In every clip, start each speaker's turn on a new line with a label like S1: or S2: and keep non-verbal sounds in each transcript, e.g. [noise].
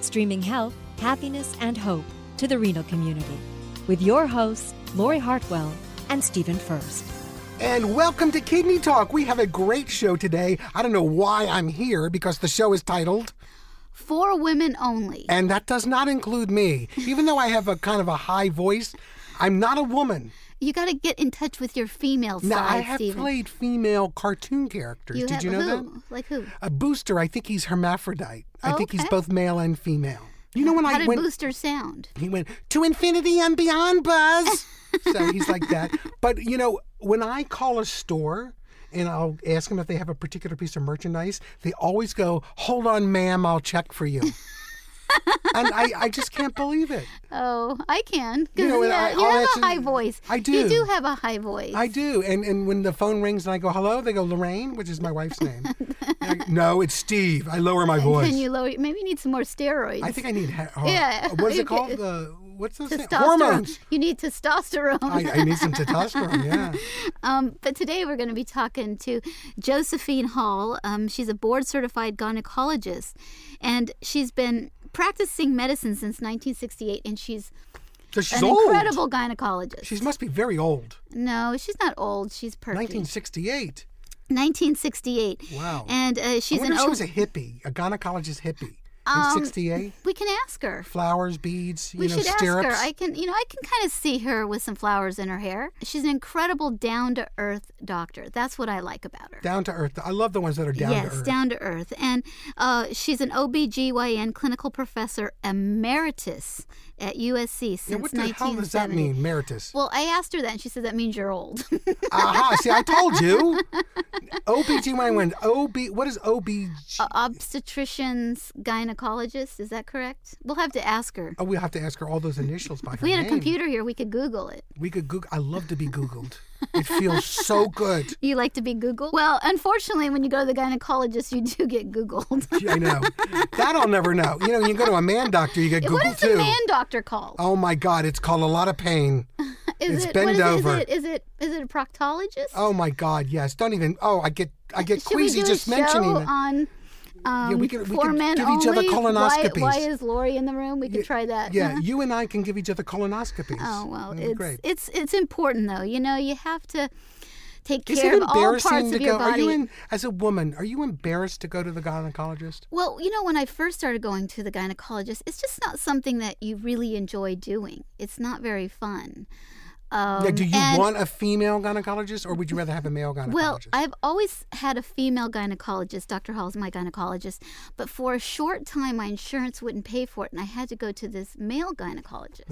S1: streaming health, happiness, and hope to the renal community with your hosts, Lori Hartwell and Stephen First.
S2: And welcome to Kidney Talk. We have a great show today. I don't know why I'm here because the show is titled
S3: For Women Only.
S2: And that does not include me. Even though I have a kind of a high voice, I'm not a woman.
S3: You got to get in touch with your female
S2: Now,
S3: side,
S2: I have
S3: Stephen.
S2: played female cartoon characters.
S3: You
S2: Did
S3: have,
S2: you know
S3: who?
S2: that?
S3: Like who?
S2: A booster, I think he's hermaphrodite. I think he's
S3: Okay.
S2: both male and female. You know when
S3: How
S2: I
S3: did
S2: went
S3: Booster sound?
S2: he went to infinity and beyond
S3: [laughs]
S2: buzz. so he's like that. But you know, when I call a store and I'll ask them if they have a particular piece of merchandise, they always go, "Hold on, ma'am, I'll check for you." and I, I just can't believe it.
S3: Oh, I can. 'cause
S2: You know, and
S3: yeah,
S2: I-
S3: you
S2: I'll
S3: have
S2: answer-
S3: a high voice.
S2: I do.
S3: You do have a high voice.
S2: I do. And and when the phone rings and I go, "Hello," they go, "Lorraine," which is my wife's
S3: [laughs]
S2: name. And I go, no, it's Steve. I lower my voice.
S3: Can you lower? Maybe you need some more steroids.
S2: I think I need.
S3: [laughs]
S2: Ha- uh,
S3: Yeah,
S2: What is
S3: you
S2: it called?
S3: could-
S2: Uh, what's this? thing?
S3: testosterone.
S2: Hormones.
S3: You need testosterone.
S2: I, I need some testosterone. Yeah.
S3: [laughs] Um, but today we're going to be talking to Josephine Hall. Um, she's a board certified gynecologist, and she's been practicing medicine since 1968, and she's
S2: So she's
S3: an
S2: old.
S3: incredible gynecologist.
S2: She must be very old.
S3: no, she's not old. She's perky.
S2: 1968.
S3: 1968.
S2: Wow.
S3: And uh, she's
S2: I wonder
S3: an
S2: if she
S3: o-
S2: was a hippie, a gynecologist hippie
S3: Um,
S2: in 68.
S3: We can ask her.
S2: Flowers, beads, you
S3: we
S2: know,
S3: should
S2: stirrups.
S3: ask her. I can, you know, I can kind of see her with some flowers in her hair. She's an incredible down to earth doctor. That's what I like about her.
S2: Down to earth. I love the ones that are down
S3: yes,
S2: to earth.
S3: down to earth. And uh, she's an OBGYN clinical professor emeritus at USC since
S2: yeah, what the
S3: 1970.
S2: hell does that mean, Meritus?
S3: Well, I asked her that, and she said that means you're old.
S2: Aha, see, I told
S3: [laughs]
S2: you. OBGYN. OB, what is OBG?
S3: Uh, obstetricians, gynecologist, is that correct? We'll have to ask her.
S2: oh, we have to ask her all those initials by
S3: If we
S2: her
S3: had a
S2: name.
S3: computer here, we could Google it.
S2: We could Google. I love to be Googled. It feels so good.
S3: [laughs] You like to be Googled? Well, unfortunately, when you go to the gynecologist, you do get
S2: [laughs]
S3: Googled.
S2: I know. That I'll never know. You know, when you go to a man doctor, you get Googled
S3: what is
S2: too.
S3: the man doctor called?
S2: Oh my God, it's called a lot of pain. it's
S3: [laughs] is it,
S2: bend
S3: what is it- is
S2: over.
S3: it- Is it is it a proctologist?
S2: Oh my God, yes. Don't even. Oh, I get, I get
S3: Should
S2: queasy
S3: we do
S2: just
S3: a
S2: mentioning
S3: show
S2: it.
S3: on um,
S2: we could- we
S3: for
S2: could
S3: men
S2: give each other
S3: only?
S2: colonoscopies.
S3: Why, why is Lori in the room? We could try that. [laughs]
S2: Yeah, you and I can give each other colonoscopies.
S3: oh well,
S2: That'd be
S3: it's
S2: great.
S3: it's it's important though. You know, you have to take
S2: Is
S3: care
S2: it
S3: of all
S2: embarrassing
S3: parts
S2: to
S3: of your
S2: go?
S3: body.
S2: Are you in, as a woman? Are you embarrassed to go to the gynecologist?
S3: Well, you know, when I first started going to the gynecologist, it's just not something that you really enjoy doing. It's not very fun. Um,
S2: yeah, do you
S3: and-
S2: want a female gynecologist, or would you rather have a male gynecologist?
S3: Well, I've always had a female gynecologist. Dr. Hall is my gynecologist. But for a short time, my insurance wouldn't pay for it, and I had to go to this male gynecologist.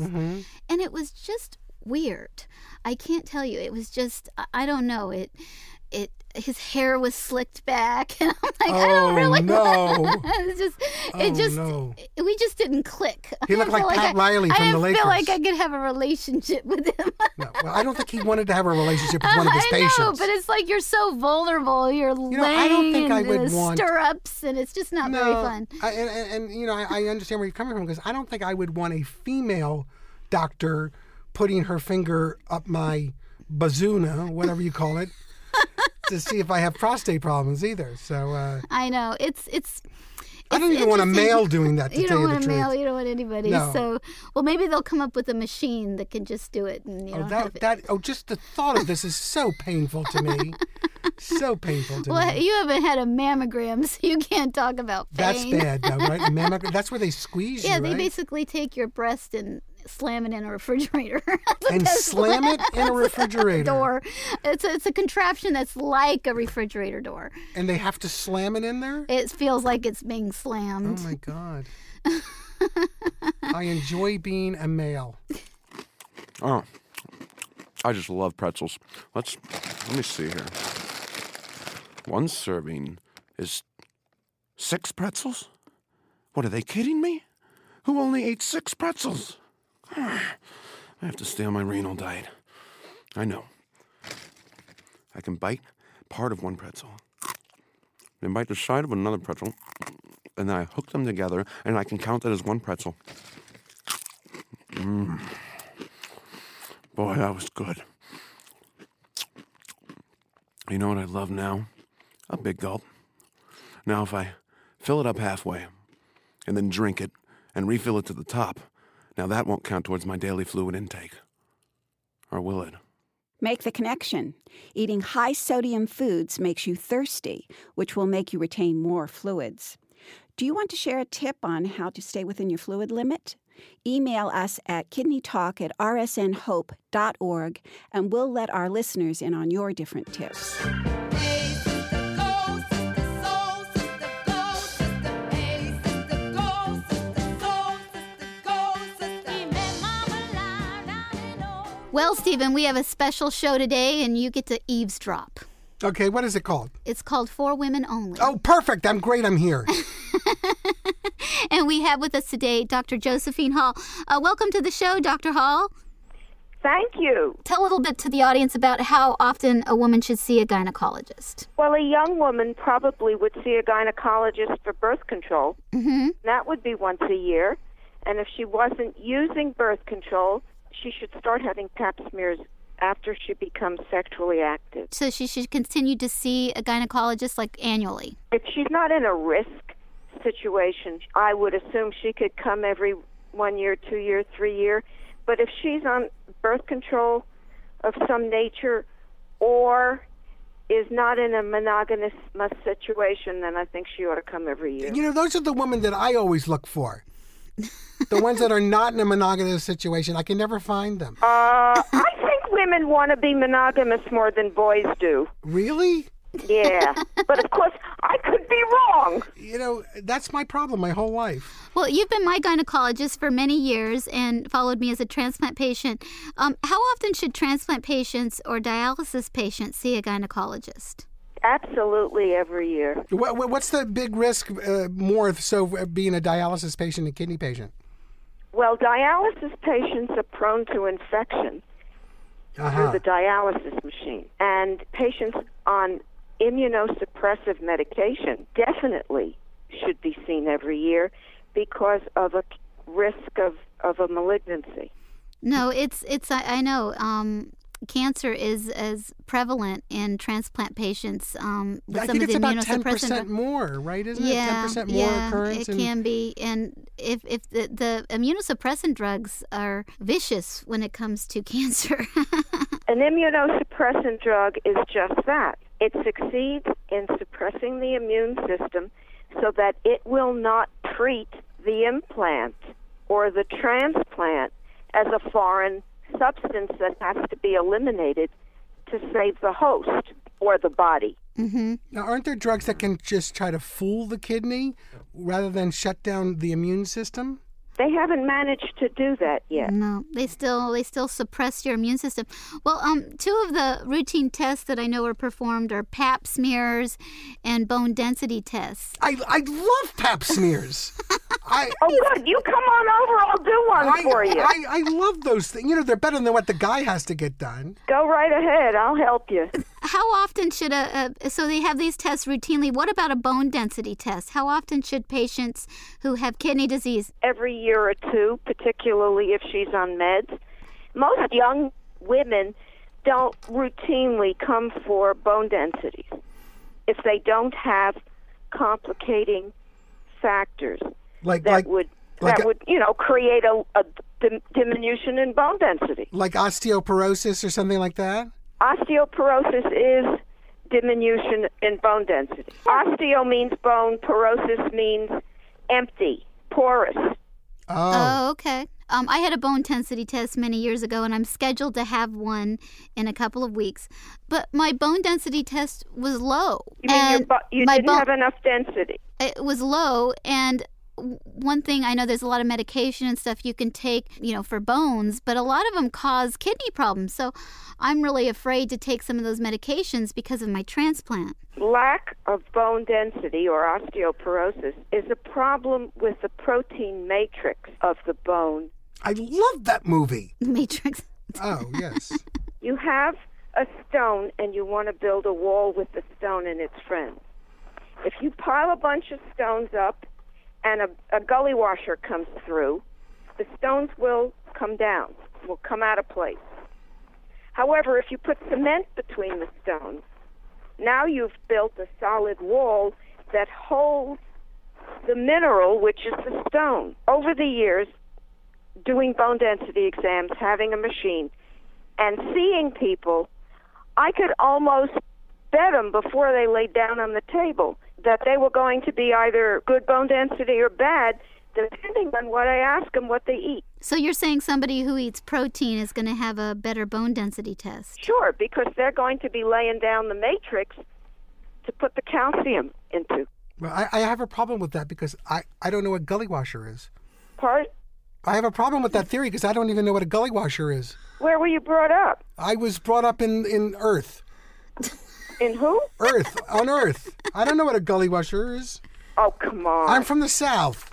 S3: And it was just weird. I can't tell you. It was just, I- I don't know. It, it, his hair was slicked back, [laughs] and I'm like, I
S2: Oh,
S3: don't really. [laughs]
S2: no.
S3: it's just,
S2: Oh,
S3: it just,
S2: no.
S3: we just didn't click. [laughs]
S2: He
S3: I
S2: looked
S3: didn't
S2: like
S3: feel
S2: Pat
S3: I-
S2: Riley
S3: I
S2: from the
S3: didn't feel like
S2: Lakers.
S3: I could have a relationship with him. [laughs]
S2: no. well, I don't think he wanted to have a relationship with one of his
S3: I
S2: patients.
S3: know, but it's like you're so vulnerable. You're laying
S2: know, I don't think I
S3: in
S2: would
S3: the
S2: want-
S3: stirrups, and it's just not very fun.
S2: I, and, and, and you know, I, I understand where you're coming from because I don't think I would want a female doctor putting her finger up my bazuna, whatever you
S3: [laughs]
S2: call it, to see if I have prostate problems either. So uh,
S3: I know it's it's.
S2: I don't
S3: it's
S2: even want a
S3: interesting.
S2: male doing that. To
S3: [laughs] You
S2: tell
S3: don't
S2: you
S3: want
S2: the
S3: a male.
S2: truth.
S3: You don't want anybody.
S2: No.
S3: So, well, maybe they'll come up with a machine that can just do it. And you
S2: Oh,
S3: don't have
S2: that,
S3: it.
S2: that oh, just the thought of this is so painful to
S3: [laughs]
S2: me. so painful to
S3: well,
S2: me.
S3: you haven't had a mammogram, so you can't talk about pain.
S2: That's bad, though, right?
S3: [laughs]
S2: Mammogram. That's where they squeeze
S3: Yeah,
S2: you,
S3: they
S2: right?
S3: basically take your breast and slam it in a refrigerator. [laughs] That's what
S2: and
S3: that's
S2: slam it in a refrigerator.
S3: door. It's a, it's a contraption that's like a refrigerator door.
S2: And they have to slam it in there?
S3: It feels like it's being slammed.
S2: Oh my
S3: [laughs]
S2: god. I enjoy being a male.
S4: Oh, I just love pretzels. Let's let me see here. One serving is six pretzels. What are they kidding me? who only ate six pretzels. [sighs] I have to stay on my renal diet. I know. I can bite part of one pretzel, then bite the side of another pretzel, and then I hook them together, and I can count that as one pretzel. Mm. Boy, that was good. You know what I love now? A big gulp. Now, if I fill it up halfway and then drink it and refill it to the top, now that won't count towards my daily fluid intake. Or will it?
S5: Make the connection. Eating high sodium foods makes you thirsty, which will make you retain more fluids. Do you want to share a tip on how to stay within your fluid limit? Email us at kidneytalk at rsnhope.org and we'll let our listeners in on your different tips.
S2: Well, Stephen, we have a special show today, and you get to eavesdrop.
S6: Okay, what is it called?
S2: It's called For Women Only.
S6: Oh, perfect. I'm great. I'm here.
S2: [laughs] and we have with us today Dr. Josephine Hall. Uh, welcome to the show, Dr. Hall.
S3: Thank you.
S2: Tell a little bit to the audience about how often a woman should see a gynecologist.
S3: Well, a young woman probably would see a gynecologist for birth control.
S2: Mm-hmm.
S3: That would be once a year. And if she wasn't using birth control, she should start having pap smears after she becomes sexually active.
S2: So she should continue to see a gynecologist like annually.
S3: If she's not in a risk situation, I would assume she could come every one year, two year, three year. But if she's on birth control of some nature or is not in a monogamous situation, then I think she ought to come every year.
S6: You know, those are the women that I always look for. the ones that are not in a monogamous situation, I can never find them.
S3: Uh, I think women want to be monogamous more than boys do.
S6: Really?
S3: Yeah, but of course I could be wrong.
S6: You know, that's my problem my whole life.
S2: Well, you've been my gynecologist for many years and followed me as a transplant patient. Um, how often should transplant patients or dialysis patients see a gynecologist?
S3: Absolutely, every year.
S6: What, what's the big risk uh, more so being a dialysis patient and kidney patient?
S3: Well, dialysis patients are prone to infection
S6: uh-huh.
S3: through the dialysis machine, and patients on immunosuppressive medication definitely should be seen every year because of a risk of, of a malignancy.
S2: No, it's it's I, I know um, cancer is as prevalent in transplant patients. Um,
S6: I think it's about ten percent more, right? Isn't
S2: yeah,
S6: it ten percent more
S2: yeah,
S6: occurrence?
S2: it and... can be. And if if the, the immunosuppressant drugs are vicious when it comes to [laughs] cancer.
S3: An immunosuppressant drug is just that. It succeeds in suppressing the immune system so that it will not treat the implant or the transplant as a foreign substance that has to be eliminated to save the host or the body.
S2: Mm-hmm.
S6: Now, aren't there drugs that can just try to fool the kidney rather than shut down the immune system?
S3: They haven't managed to do that yet.
S2: No, they still they still suppress your immune system. Well, um, two of the routine tests that I know are performed are Pap smears and bone density tests.
S6: I I love Pap
S2: [laughs]
S6: smears. I,
S3: oh, good. You come on over. I'll do one
S6: I,
S3: for you.
S6: I, I love those things. You know, they're better than what the guy has to get done.
S3: Go right ahead. I'll help you.
S2: How often should a, a so they have these tests routinely? What about a bone density test? How often should patients who have kidney disease?
S3: Every year or two, particularly if she's on meds. Most young women don't routinely come for bone density if they don't have complicating factors
S6: like
S3: that
S6: like,
S3: would
S6: like
S3: that
S6: a,
S3: would you know create a, a dim- diminution in bone density,
S6: like osteoporosis or something like that.
S3: Osteoporosis is diminution in bone density. Osteo means bone, porosis means empty, porous.
S6: Oh,
S2: oh okay. Um, I had a bone density test many years ago, and I'm scheduled to have one in a couple of weeks. But my bone density test was low.
S3: You mean
S2: and
S3: your bo- you
S2: my
S3: didn't
S2: bone-
S3: have enough density?
S2: It was low, and one thing I know there's a lot of medication and stuff you can take, you know, for bones, but a lot of them cause kidney problems. So I'm really afraid to take some of those medications because of my transplant.
S3: Lack of bone density or osteoporosis is a problem with the protein matrix of the bone.
S6: I love that movie.
S2: Matrix.
S6: Oh, yes.
S3: you have a stone and you want to build a wall with the stone and its friends. If you pile a bunch of stones up and a, a gully washer comes through, the stones will come down, will come out of place. However, if you put cement between the stones, now you've built a solid wall that holds the mineral, which is the stone. Over the years, doing bone density exams, having a machine, and seeing people, I could almost bet them before they laid down on the table that they were going to be either good bone density or bad, depending on what I ask them what they eat.
S2: So you're saying somebody who eats protein is going to have a better bone density test?
S3: Sure, because they're going to be laying down the matrix to put the calcium into.
S6: Well, I, I have a problem with that because I, I don't know what gully washer is.
S3: Part
S6: I have a problem with that theory because I don't even know what a gully washer is.
S3: Where were you brought up?
S6: I was brought up in, in Earth.
S3: In who?
S6: Earth. [laughs] on Earth. I don't know what a gully washer is.
S3: Oh, come on.
S6: I'm from the South.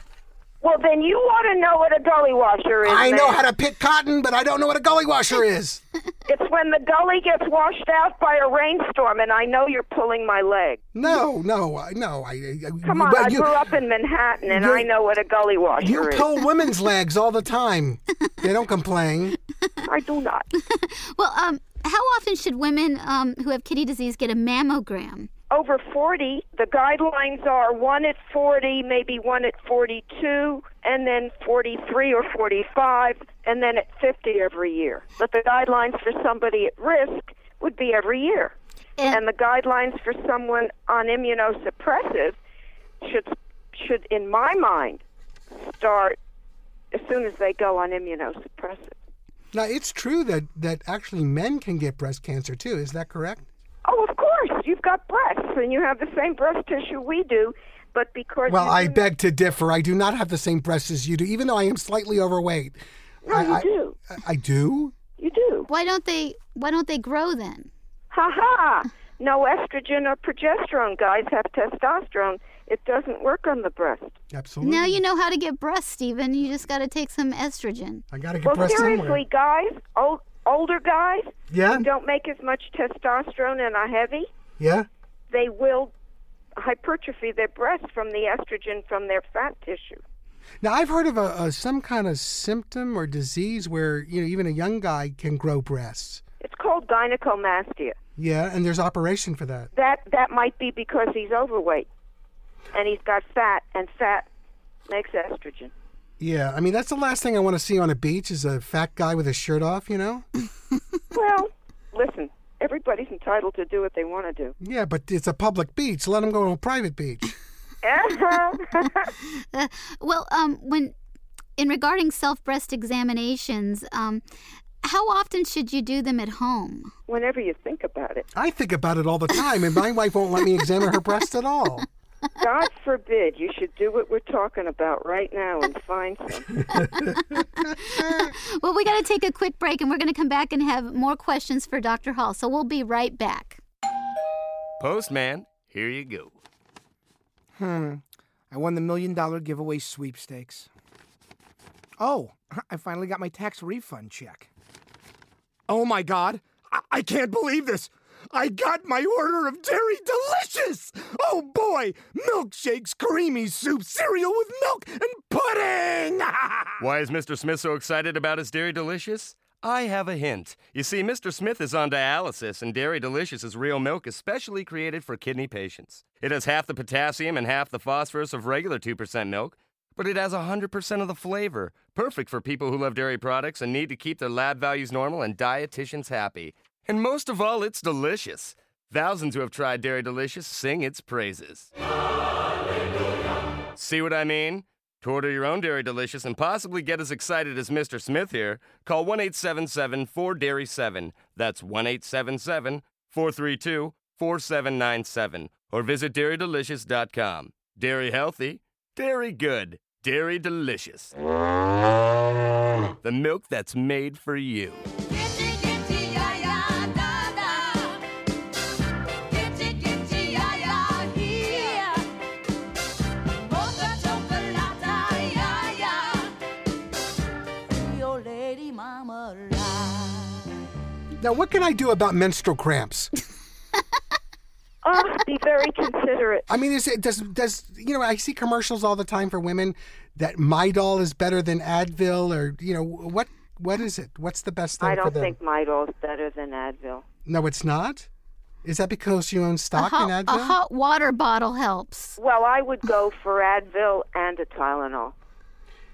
S3: Well, then you want to know what a gully washer is.
S6: I know
S3: then.
S6: how to pick cotton, but I don't know what a gully washer is.
S3: It's when the gully gets washed out by a rainstorm, and I know you're pulling my leg.
S6: No, no, I- no. I, I,
S3: Come on,
S6: but
S3: I
S6: you-
S3: grew up in Manhattan, and
S6: you-
S3: I know what a gully washer
S6: You
S3: is. [laughs]
S6: pull women's legs all the time. They don't complain.
S3: I do not.
S2: Well, um, how often should women um, who have kidney disease get a mammogram?
S3: Over 40, the guidelines are one at 40, maybe one at 42, and then 43 or 45, and then at 50 every year. But the guidelines for somebody at risk would be every year. And the guidelines for someone on immunosuppressive should, should in my mind, start as soon as they go on immunosuppressive.
S6: Now, it's true that, that actually men can get breast cancer too. Is that correct?
S3: Oh, of course, you've got breasts, and you have the same breast tissue we do, but because
S6: Well,
S3: you
S6: I
S3: do
S6: beg to differ. I do not have the same breasts as you do, even though I am slightly overweight.
S3: No,
S6: I,
S3: you
S6: I-
S3: do.
S6: I, I do?
S3: You do.
S2: Why don't they? Why don't they grow then?
S3: Ha ha! No estrogen or progesterone. Guys have testosterone. It doesn't work on the breast.
S6: Absolutely.
S2: Now you know how to get breasts, Stephen. You just got to take some estrogen.
S6: I got to get
S3: well,
S6: breasts
S3: seriously,
S6: somewhere.
S3: guys, old, older guys
S6: Yeah?
S3: who don't make as much testosterone and are heavy,
S6: Yeah?
S3: they will hypertrophy their breasts from the estrogen from their fat tissue.
S6: Now, I've heard of a, a some kind of symptom or disease where, you know, even a young guy can grow breasts.
S3: It's called gynecomastia.
S6: Yeah, and there's operation for that.
S3: That that might be because he's overweight, and he's got fat, and fat makes estrogen.
S6: Yeah, I mean that's the last thing I want to see on a beach is a fat guy with his shirt off, you know?
S3: Well, listen, everybody's entitled to do what they want to do.
S6: Yeah, but it's a public beach. Let him go to a private beach.
S2: [laughs] Uh, well, um, when in regarding self-breast examinations, um, how often should you do them at home?
S3: Whenever you think about it,
S6: I think about it all the time, and my wife won't let me examine her breast at all.
S3: God forbid you should do what we're talking about right
S2: [laughs]
S3: now and find some.
S2: Well, we got to take a quick break, and we're going to come back and have more questions for Dr. Hall. So we'll be right back.
S7: Postman, here you go.
S8: Hmm. I won the million dollar giveaway sweepstakes. Oh, [laughs] I finally got my tax refund check.
S9: Oh my god! I, I can't believe this! I got my order of Dairy Delicious! Oh boy! Milkshakes, creamy soup, cereal with milk, and
S8: [laughs]
S9: pudding!
S7: Why is Mr. Smith so excited about his Dairy Delicious? I have a hint. You see, Mr. Smith is on dialysis, and Dairy Delicious is real milk especially created for kidney patients. It has half the potassium and half the phosphorus of regular 2% milk, but it has 100% of the flavor. Perfect for people who love dairy products and need to keep their lab values normal and dietitians happy. And most of all, it's delicious. Thousands who have tried Dairy Delicious sing its praises. See what I mean? To order your own Dairy Delicious and possibly get as excited as Mr. Smith here, call 1 877 4 Dairy 7. That's 1 877 432 4797. Or visit dairydelicious.com. Dairy healthy, dairy good. Dairy Delicious. The milk that's made for you.
S6: Now, what can I do about menstrual cramps? [laughs]
S3: Oh, be very considerate.
S6: I mean, is it does does you know? I see commercials all the time for women that Midol is better than Advil, or you know what what is it? What's the best thing?
S3: I
S6: for
S3: don't
S6: them?
S3: think Midol's better than Advil.
S6: No, it's not. Is that because you own
S2: A
S6: stock
S2: hot,
S6: in
S2: a
S6: Advil?
S2: hot water bottle helps.
S3: Well, I would go for Advil and a Tylenol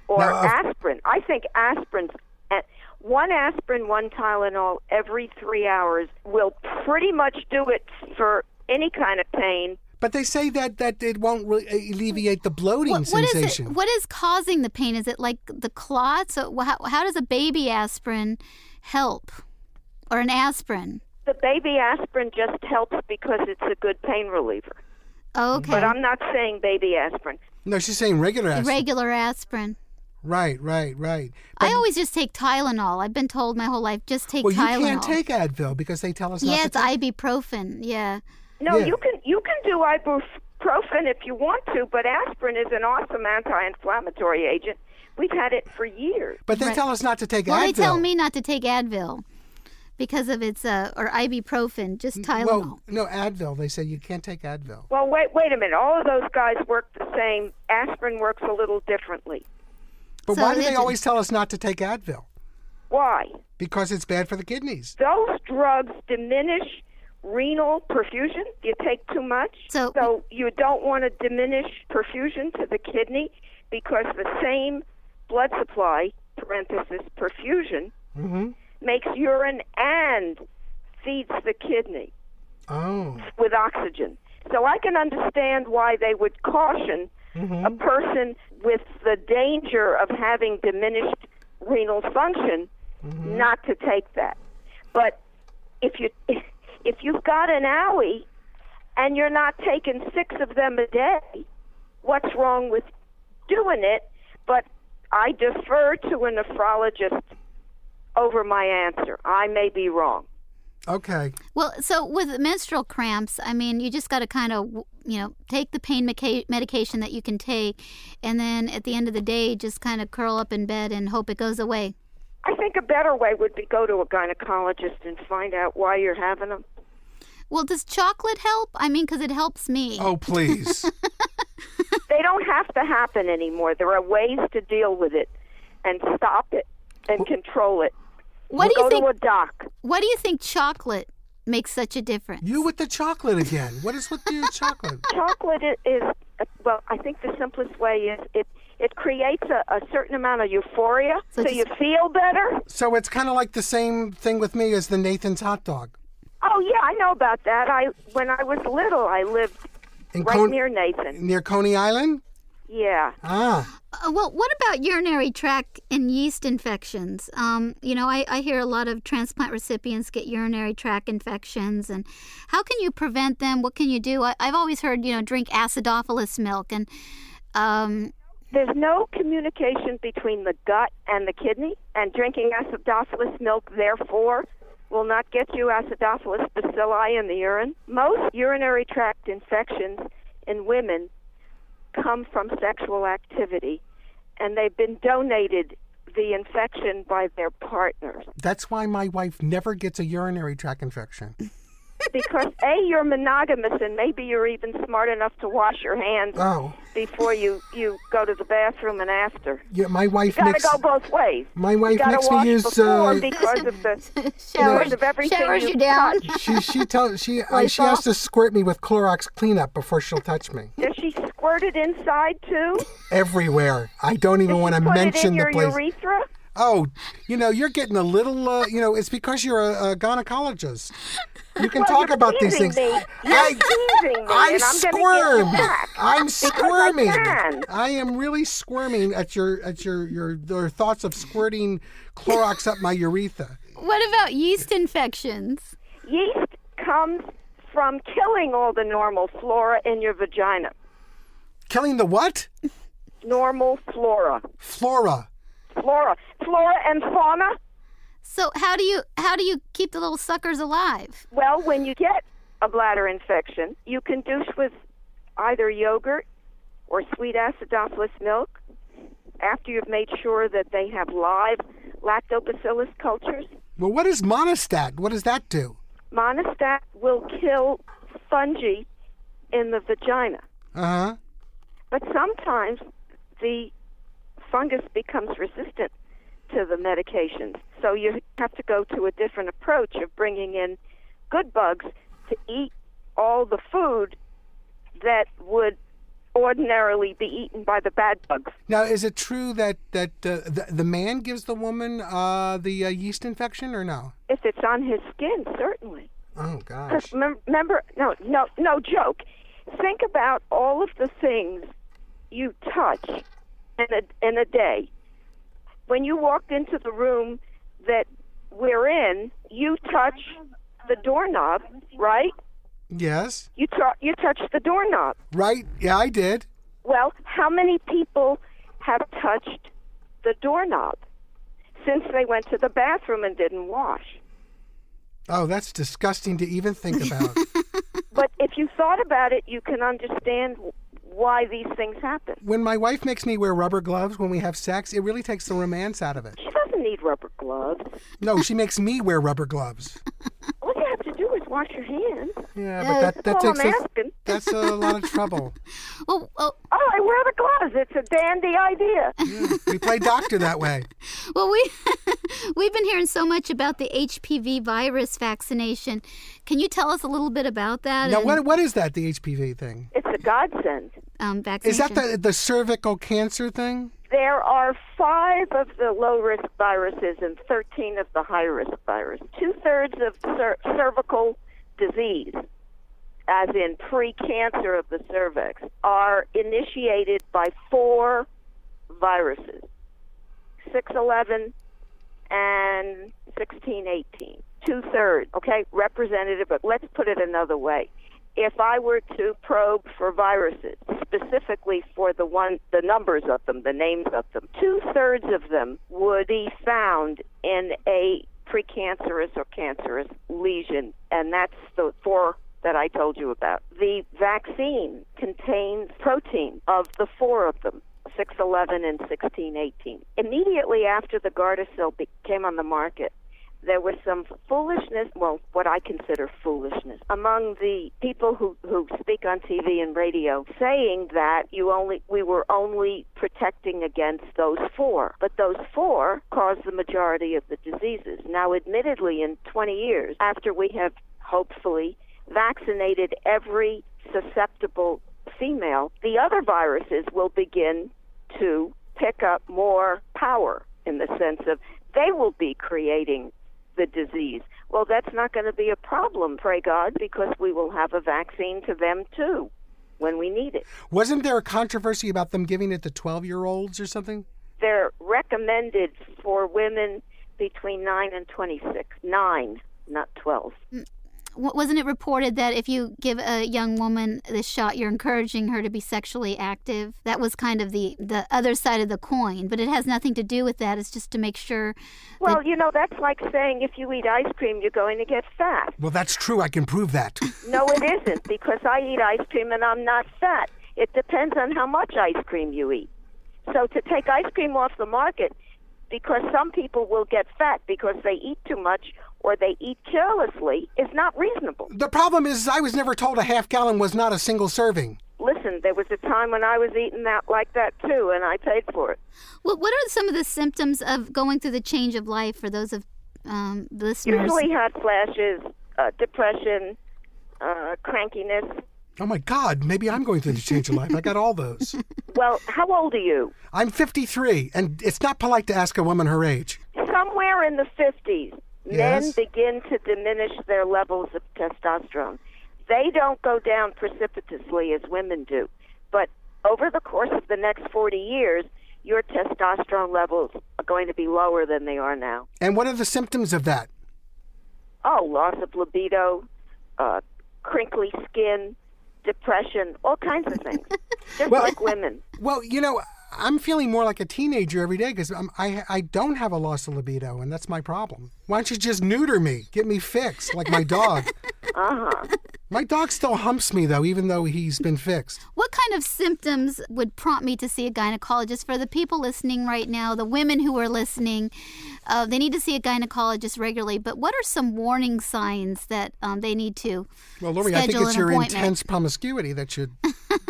S3: or
S6: Now, uh,
S3: aspirin. I think aspirin's eh, one aspirin, one Tylenol every 3 hours will pretty much do it for any kind of pain.
S6: But they say that that it won't re- alleviate the bloating
S2: What is it?
S6: sensation.
S2: What is causing the pain? Is it like the clots? Or wh- how, how does a baby aspirin help, or an aspirin?
S3: The baby aspirin just helps because it's a good pain reliever.
S2: Okay.
S3: But I'm not saying baby aspirin.
S6: No, she's saying regular aspirin.
S2: Regular aspirin.
S6: right, right, right.
S2: I always just take Tylenol. I've been told my whole life just take
S6: well,
S2: Tylenol.
S6: you can't take Advil because they tell us not
S2: yeah,
S6: to.
S2: it's ibuprofen. Yeah.
S3: No,
S6: Yeah.
S3: you can you can do ibuprofen if you want to, but aspirin is an awesome anti-inflammatory agent. We've had it for years.
S6: But they tell us not to take
S2: Well,
S6: Advil.
S2: they tell me not to take Advil because of its uh, or ibuprofen, just Tylenol.
S6: Well, no, Advil. They say you can't take Advil.
S3: Well, wait wait a minute. All of those guys work the same. Aspirin works a little differently.
S6: But
S2: So
S6: why do
S2: they
S6: they
S2: ju-
S6: always tell us not to take Advil?
S3: Why?
S6: Because it's bad for the kidneys.
S3: Those drugs diminish renal perfusion. You take too much,
S2: So-
S3: you don't want to diminish perfusion to the kidney because the same blood supply (parenthesis perfusion)
S6: Mm-hmm.
S3: makes urine and feeds the kidney.
S6: Oh.
S3: with oxygen. So I can understand why they would caution a person with the danger of having diminished renal function not to take that. But if you [laughs] if, if you've got an owie and you're not taking 6 of them a day, what's wrong with doing it? But I defer to a nephrologist over my answer. I may be wrong.
S6: Okay.
S2: Well, so with menstrual cramps, I mean, you just got to kind of, you know, take the pain meca- medication that you can take, and then at the end of the day, just kind of curl up in bed and hope it goes away.
S3: I think a better way would be go to a gynecologist and find out why you're
S2: [laughs]
S3: having them.
S2: Well, does chocolate help? I mean, because it helps me.
S6: Oh,
S2: [laughs]
S6: please.
S3: They don't have to happen anymore. There are ways to deal with it and stop it and control it.
S2: What do
S3: go
S2: you think?
S3: to a doc.
S2: What do you think chocolate makes such a difference?
S6: you with the chocolate again. What is with your chocolate?
S3: Chocolate i- is well, I think the simplest way is it it creates a, a certain amount of euphoria so,
S2: So just-
S3: you feel better.
S6: So it's kind of like the same thing with me as the Nathan's hot dog.
S3: Oh yeah, I know about that. I when I was little, I lived
S6: In
S3: right
S6: Con-
S3: near
S2: Mm.
S3: Nathan.
S6: Near Coney Island?
S3: Yeah.
S6: Ah.
S2: Uh, well, what about urinary tract and yeast infections? Um, you know, I, I hear a lot of transplant recipients get urinary tract infections, and how can you prevent them? What can you do? I, I've always heard, you know, drink acidophilus milk, and um,
S3: There's no communication between the gut and the kidney, and drinking acidophilus milk, therefore, will not get you acidophilus bacilli in the urine. Most urinary tract infections in women come from sexual activity, and they've been donated the infection by their partners.
S6: That's why my wife never gets a urinary tract infection.
S3: Because, A, you're monogamous, and maybe you're even smart enough to wash your hands
S6: Oh.
S3: before you, you go to the bathroom and after.
S6: Yeah, my wife
S3: You gotta
S6: makes.
S3: go both ways.
S6: My wife
S3: you gotta
S6: makes me
S3: wash
S6: use,
S3: before
S6: uh,
S3: because of the [laughs]
S2: showers,
S3: because of everything
S2: showers
S3: you
S2: you down.
S6: she she tells
S3: [laughs]
S6: she I, she has to squirt me with Clorox cleanup before she'll touch me.
S3: Does she squirt it inside too?
S6: Everywhere. I don't [laughs] even want to
S3: Put it
S6: mention
S3: in your
S6: the place.
S3: urethra?
S6: Oh, you know, you're getting a little, uh, you know, it's because you're a, a gynecologist. You can
S3: Well,
S6: talk
S3: you're
S6: about these
S3: teasing
S6: things.
S3: me. You're teasing me,
S6: I
S3: and I'm gonna get you
S6: squirm.
S3: back
S6: I'm
S3: because I
S6: squirming.
S3: can.
S6: I am really squirming at your at your your, your thoughts of squirting Clorox up my urethra.
S2: What about yeast infections?
S3: Yeast comes from killing all the normal flora in your vagina.
S6: Killing the what?
S3: normal flora.
S6: Flora.
S3: Flora. Flora and fauna?
S2: So how do you how do you keep the little suckers alive?
S3: Well, when you get a bladder infection, you can douche with either yogurt or sweet acidophilus milk after you've made sure that they have live lactobacillus cultures.
S6: Well, what is monostat? What does that do?
S3: Monostat will kill fungi in the vagina.
S6: Uh huh.
S3: But sometimes the fungus becomes resistant to the medications. So you have to go to a different approach of bringing in good bugs to eat all the food that would ordinarily be eaten by the bad bugs.
S6: Now, is it true that that uh, the, the man gives the woman uh, the uh, yeast infection or no?
S3: If it's on his skin, certainly.
S6: Oh
S3: Because
S6: gosh.
S3: remember, no, no, no joke. Think about all of the things you touch in a in a day. When you walked into the room that we're in, you touch the doorknob, right?
S6: Yes.
S3: You tou- you touch the doorknob.
S6: Right. Yeah, I did.
S3: Well, how many people have touched the doorknob since they went to the bathroom and didn't wash?
S6: Oh, that's disgusting to even think about.
S3: But if you thought about it, you can understand why these things happen.
S6: when my wife makes me wear rubber gloves when we have sex, it really takes the romance out of it.
S3: She doesn't need rubber gloves.
S6: No, she makes me wear rubber gloves.
S3: All you have to do is wash your hands.
S6: Yeah, but that, that
S3: That's all
S6: takes
S3: I'm
S6: a,
S3: asking.
S6: that's a lot of trouble.
S2: Well, well,
S3: Oh, I wear the gloves. It's a dandy
S6: [laughs]
S3: idea.
S6: We play doctor that way.
S2: well we [laughs] we've been hearing so much about the HPV virus vaccination. Can you tell us a little bit about that?
S6: Now,
S2: and,
S6: what what is that? The HPV thing?
S3: It's a godsend.
S2: um, vaccination?
S6: Is that the the cervical cancer thing?
S3: There are five of the low risk viruses and 13 of the high risk viruses. Two thirds of cer- cervical disease, as in precancer of the cervix, are initiated by four viruses 611 and 1618. Two thirds, okay, representative, but let's put it another way if I were to probe for viruses, specifically for the one, the numbers of them, the names of them, two thirds of them would be found in a precancerous or cancerous lesion, and that's the four that I told you about. The vaccine contains protein of the four of them. 611 and 1618. Immediately after the Gardasil be- came on the market, there was some foolishness, well, what I consider foolishness, among the people who, who speak on TV and radio saying that you only we were only protecting against those four. But those four cause the majority of the diseases. Now, admittedly, in 20 years, after we have hopefully vaccinated every susceptible female, the other viruses will begin to pick up more power in the sense of they will be creating the disease. Well, that's not going to be a problem, pray God, because we will have a vaccine to them too when we need it.
S6: Wasn't there a controversy about them giving it to twelve year olds or something?
S3: They're recommended for women between 9 and 26. 9, not 12.
S2: W- wasn't it reported that if you give a young woman this shot, you're encouraging her to be sexually active? That was kind of the the other side of the coin, but it has nothing to do with that. It's just to make sure.
S3: Well, you know, that's like saying if you eat ice cream, you're going to get fat.
S6: Well, that's true. I can prove that.
S3: No, it isn't, because I eat ice cream and I'm not fat. It depends on how much ice cream you eat. So to take ice cream off the market, because some people will get fat because they eat too much or they eat carelessly, is not reasonable.
S6: The problem is, I was never told a half gallon was not a single serving.
S3: Listen, there was a time when I was eating that like that too, and I paid for it.
S2: What what are some of the symptoms of going through the change of life for those of um, listeners?
S3: Usually, hot flashes, uh, depression, uh, crankiness.
S6: Oh my God! Maybe I'm going through the change of life. I got all
S2: [laughs]
S6: those.
S3: Well, how old are you?
S6: I'm 53, and it's not polite to ask a woman her age.
S3: somewhere in the 50s, men
S6: Yes.
S3: begin to diminish their levels of testosterone. They don't go down precipitously as women do, but over the course of the next 40 years, your testosterone levels are going to be lower than they are now.
S6: And what are the symptoms of that?
S3: Oh, loss of libido, uh, crinkly
S6: [laughs]
S3: skin, depression, all kinds of things, just
S6: Well-
S3: like women.
S6: Well, you know, I'm feeling more like a teenager every day because I, I don't have a loss of libido, and that's my problem. Why don't you just neuter me? Get me fixed, like my
S2: [laughs]
S6: dog.
S3: Uh-huh.
S6: My dog still humps me, though, even though he's been fixed.
S2: What kind of symptoms would prompt me to see a gynecologist? For the people listening right now, the women who are listening, uh, they need to see a gynecologist regularly. But what are some warning signs that um, they need to?
S6: Well, Lori, I think
S2: Schedule
S6: it's
S2: an
S6: your
S2: appointment.
S6: intense promiscuity that should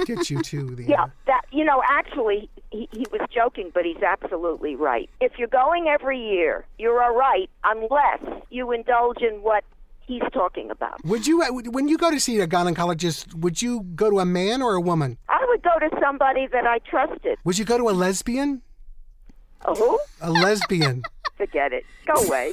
S6: get you
S2: [laughs]
S6: to the.
S3: Yeah, that you know, actually, he, he was joking, but he's absolutely right. If you're going every year, you're all right, unless you indulge in what he's talking about.
S6: Would you, uh, when you go to see a gynecologist, would you go to a man or a woman?
S3: I would go to somebody that I trusted.
S6: Would you go to a lesbian?
S3: A who?
S6: A lesbian.
S3: Forget it. Go away.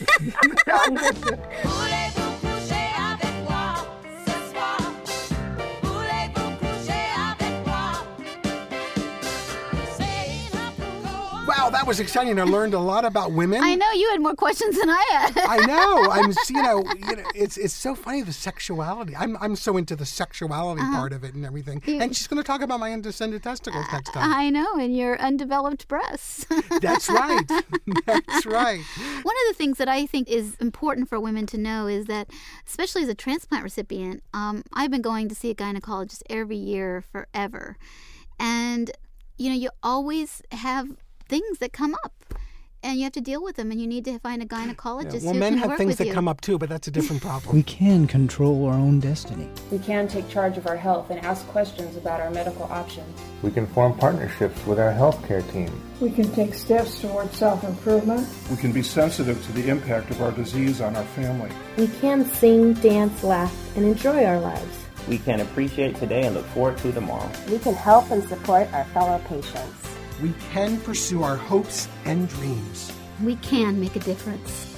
S6: Wow, that was exciting. I learned a lot about women.
S2: I know you had more questions than I
S6: [laughs]
S2: had.
S6: I know. I'm, s- you know, you know, it's it's so funny the sexuality. I'm I'm so into the sexuality
S2: Uh-huh.
S6: part of it and everything.
S2: You-
S6: and she's going to talk about my undescended testicles next time.
S2: I know, and your undeveloped breasts. [laughs]
S6: That's right. That's right.
S2: One of the things that I think is important for women to know is that, especially as a transplant recipient, um, I've been going to see a gynecologist every year forever. And, you know, [laughs] you always have things that come up and you have to deal with them and you need to find a gynecologist
S6: well,
S2: who
S6: men
S2: can
S6: have
S2: work
S6: things
S2: with
S6: that
S2: you.
S6: come up too, but that's a different problem.
S10: We can control our own destiny.
S11: We can take charge of our health and ask questions about our medical options.
S12: We can form partnerships with our healthcare team.
S13: We can take steps toward self improvement.
S14: We can be sensitive to the impact of our disease on our family.
S15: We can sing, dance, laugh, and enjoy our lives.
S16: We can appreciate today and look forward to tomorrow.
S17: We can help and support our fellow patients.
S6: We can pursue our hopes and dreams.
S2: We can make a difference.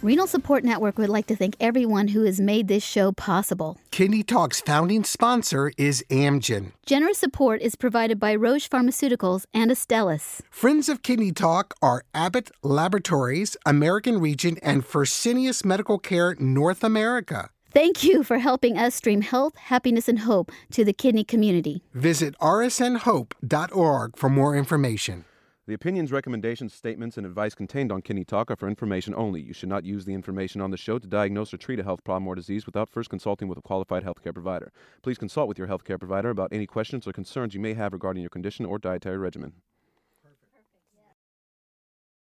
S2: Renal Support Network would like to thank everyone who has made this show possible.
S6: Kidney Talk's founding sponsor is Amgen.
S2: Generous support is provided by Roche Pharmaceuticals and Astellas.
S6: Friends of Kidney Talk are Abbott Laboratories, American Region, and Fresenius Medical Care North America.
S2: Thank you for helping us stream health, happiness, and hope to the kidney community.
S6: Visit rsnhope.org for more information.
S18: The opinions, recommendations, statements, and advice contained on Kidney Talk are for information only. You should not use the information on the show to diagnose or treat a health problem or disease without first consulting with a qualified healthcare provider. Please consult with your healthcare provider about any questions or concerns you may have regarding your condition or dietary regimen.